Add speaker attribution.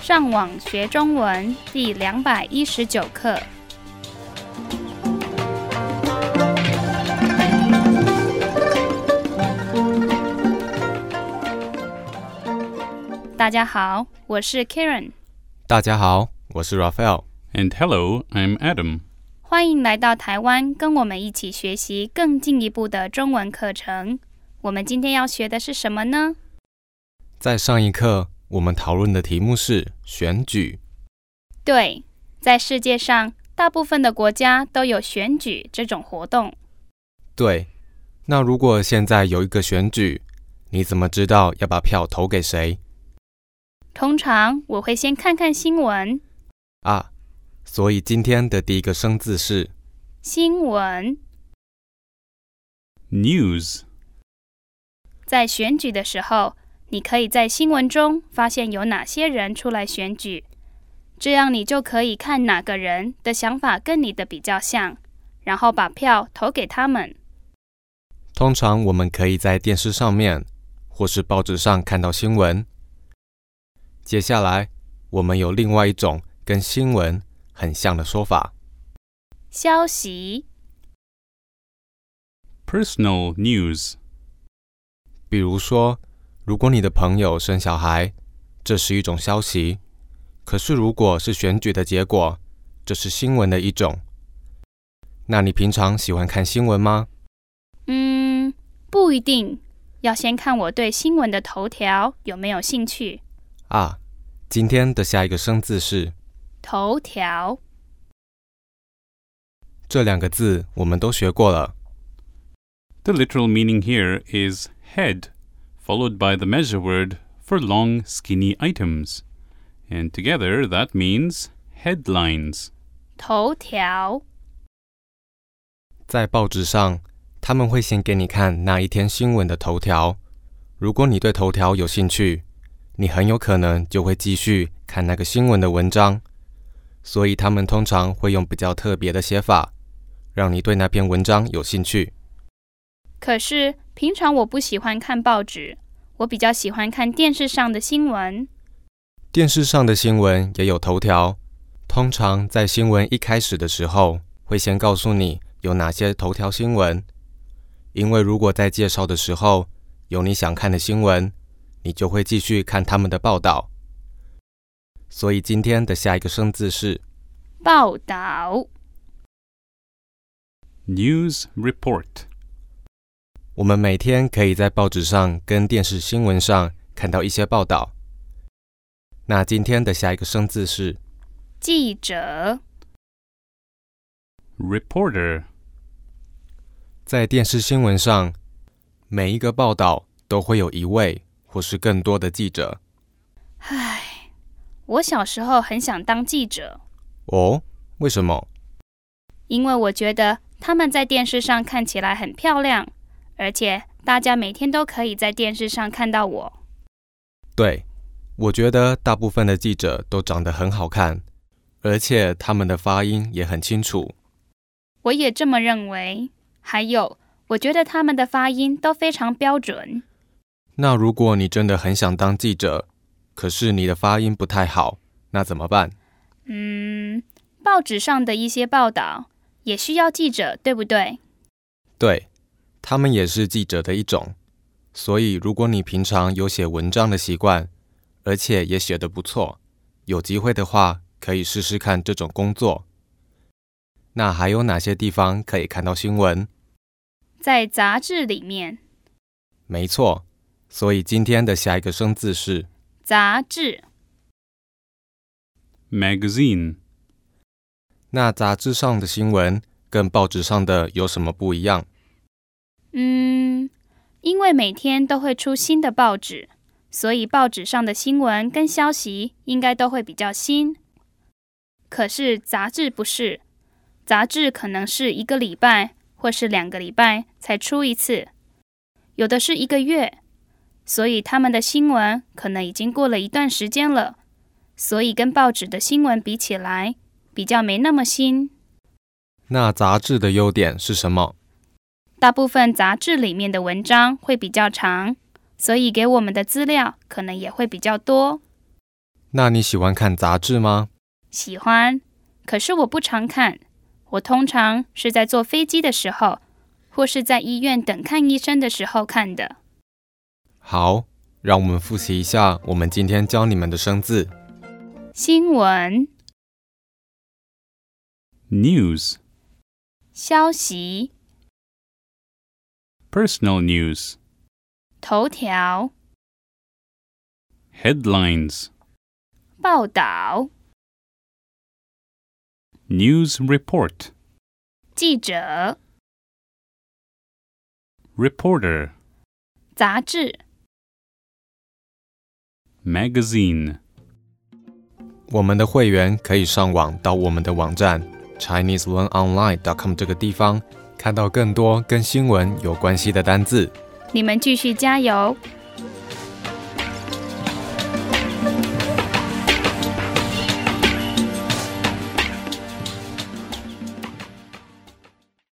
Speaker 1: 上网学中文第两百一十九课。大家好，我是 Karen，
Speaker 2: 大家好，我是 Raphael。
Speaker 3: And hello, I'm Adam.
Speaker 1: 欢迎来到台湾，跟我们一起学习更进一步的中文课程。我们今天要学的是什么呢？
Speaker 2: 在上一课，我们讨论的题目是选举。
Speaker 1: 对，在世界上大部分的国家都有选举这种活动。
Speaker 2: 对，那如果现在有一个选举，你怎么知道要把票投给谁
Speaker 1: 通常我会先看看新闻，
Speaker 2: 啊？所以今天的第一个生字是
Speaker 1: 新闻
Speaker 3: News.
Speaker 1: 在选举的时候，你可以在新闻中发现有哪些人出来选举，这样你就可以看哪个人的想法跟你的比较像，然后把票投给他们。
Speaker 2: 通常我们可以在电视上面或是报纸上看到新闻。接下来，我们有另外一种跟新闻很像的说法。
Speaker 1: 消息
Speaker 3: Personal news.
Speaker 2: 比如说，如果你的朋友生小孩，这是一种消息；可是如果是选举的结果，这是新闻的一种。那你平常喜欢看新闻吗？
Speaker 1: 嗯，不一定，要先看我对新闻的头条有没有兴趣。
Speaker 2: 啊，今天的下一个生字是
Speaker 1: 头条
Speaker 2: 这两个字，我们都学过了。
Speaker 3: The literal meaning here is head, followed by the measure word for long, skinny items. And together that means headlines.
Speaker 1: 头条
Speaker 2: 在报纸上，他们会先给你看那一天新闻的头条。如果你对头条有兴趣，你很有可能就会继续看那个新闻的文章。所以他们通常会用比较特别的写法，让你对那篇文章有兴趣。
Speaker 1: 可是平常我不喜欢看报纸，我比较喜欢看电视上的新闻。
Speaker 2: 电视上的新闻也有头条，通常在新闻一开始的时候，会先告诉你有哪些头条新闻。因为如果在介绍的时候有你想看的新闻，你就会继续看他们的报道。所以今天的下一个生字是
Speaker 1: 报道
Speaker 3: News report.
Speaker 2: 我们每天可以在报纸上跟电视新闻上看到一些报道。那今天的下一个生字是
Speaker 1: 记者
Speaker 3: Reporter.
Speaker 2: 在电视新闻上，每一个报道都会有一位或是更多的记者。
Speaker 1: 我小时候很想当记者，
Speaker 2: 哦，为什么？
Speaker 1: 因为我觉得他们在电视上看起来很漂亮，而且大家每天都可以在电视上看到我。
Speaker 2: 对，我觉得大部分的记者都长得很好看，而且他们的发音也很清楚。
Speaker 1: 我也这么认为。还有，我觉得他们的发音都非常标准。
Speaker 2: 那如果你真的很想当记者，可是你的发音不太好，那怎么办？
Speaker 1: 嗯，报纸上的一些报道也需要记者，对不对？
Speaker 2: 对，他们也是记者的一种，所以如果你平常有写文章的习惯，而且也写得不错，有机会的话可以试试看这种工作。那还有哪些地方可以看到新闻？
Speaker 1: 在杂志里面，
Speaker 2: 没错，所以今天的下一个生字是
Speaker 1: 杂志
Speaker 3: Magazine.
Speaker 2: 那杂志上的新闻跟报纸上的有什么不一样？
Speaker 1: 嗯，因为每天都会出新的报纸，所以报纸上的新闻跟消息应该都会比较新。可是杂志不是，杂志可能是一个礼拜或是两个礼拜才出一次，有的是一个月，所以他们的新闻可能已经过了一段时间了，所以跟报纸的新闻比起来，比较没那么新。
Speaker 2: 那杂志的优点是什么？
Speaker 1: 大部分杂志里面的文章会比较长，所以给我们的资料可能也会比较多。
Speaker 2: 那你喜欢看杂志吗？
Speaker 1: 喜欢，可是我不常看。我通常是在坐飞机的时候，或是在医院等看医生的时候看的。
Speaker 2: 好，让我们复习一下我们今天教你们的生字。
Speaker 1: 新闻、
Speaker 3: news,
Speaker 1: 消息、
Speaker 3: personal news,
Speaker 1: 头条、
Speaker 3: headlines,
Speaker 1: 报道、
Speaker 3: news report,
Speaker 1: 记者、
Speaker 3: reporter,
Speaker 1: 杂志、
Speaker 3: magazine.
Speaker 2: 我们的会员可以上网到我们的网站 ChineseLearnOnline.com 这个地方，看到更多跟新闻有关系的单字。
Speaker 1: 你们继续加油，